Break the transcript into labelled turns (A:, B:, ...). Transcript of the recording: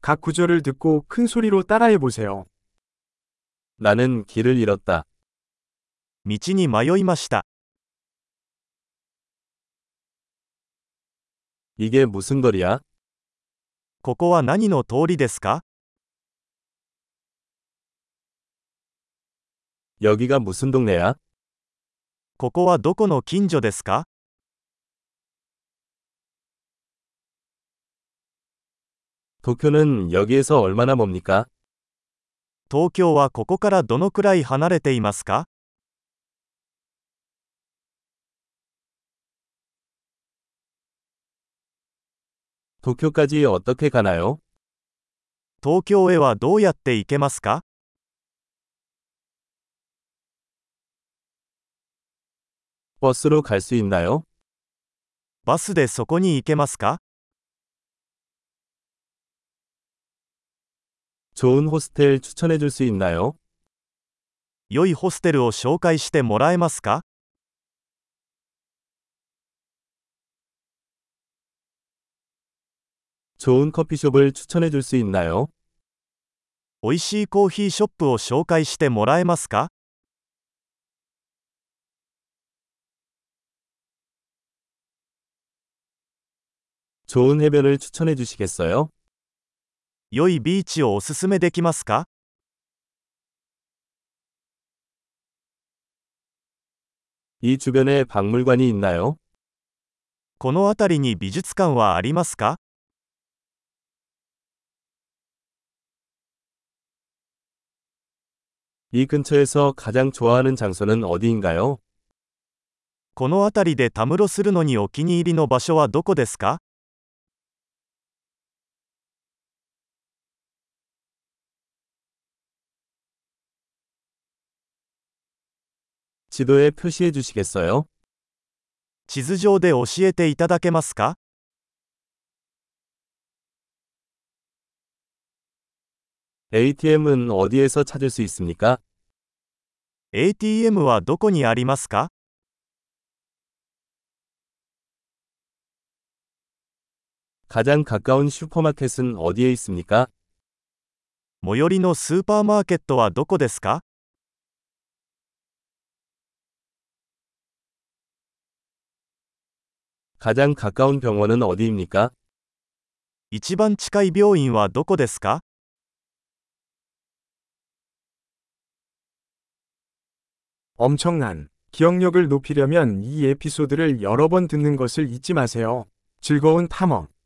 A: 각 구절을 듣고 큰 소리로 따라해 보세요.
B: 나는 길을 잃었다.
C: 道に迷いました。
B: 이게 무슨 거리야?
C: ここは何の通りですか
B: 여기가 무슨 동네야?
C: ここはどこの近所ですか
B: 도쿄는 여기에서 얼마나 멉니까?
C: 東京はここからどのくらい離れていますか
B: 도쿄까지 어떻게 가나요?
C: 東京へはどうやって行けますか
B: 버스로 갈 수 있나요?
C: バスでそこに行けますか
B: 좋은 호스텔 추천해 줄 수 있나요?
C: 良いホステルを紹介してもらえますか
B: 좋은 커피숍을 추천해 줄 수 있나요?
C: 美味しいコーヒーショップを紹介してもらえますか
B: 좋은 해변을 추천해 주시겠어요?
C: 良いビーチをおすすめできますか
B: 이 주변에 박물관이 있나요?
C: この辺りに美術館はありますか
B: 이 근처에서 가장 좋아하는 장소는 어디인가요?
C: この辺りでたむろするのにお気に入りの場所はどこですか
B: 지도에 표시해 주시겠어요?
C: 地図上で教えていただけますか
B: ATM은 어디에서 찾을 수 있습니까?
C: ATM はどこにありますか
B: 가장 가까운 슈퍼마켓은 어디에 있습니까?
C: 最寄りのスーパーマーケットはどこですか
B: 가장 가까운 병원은 어디입니까?
C: 一番近い病院はどこですか
A: 엄청난 기억력을 높이려면 이 에피소드를 여러 번 듣는 것을 잊지 마세요. 즐거운 탐험.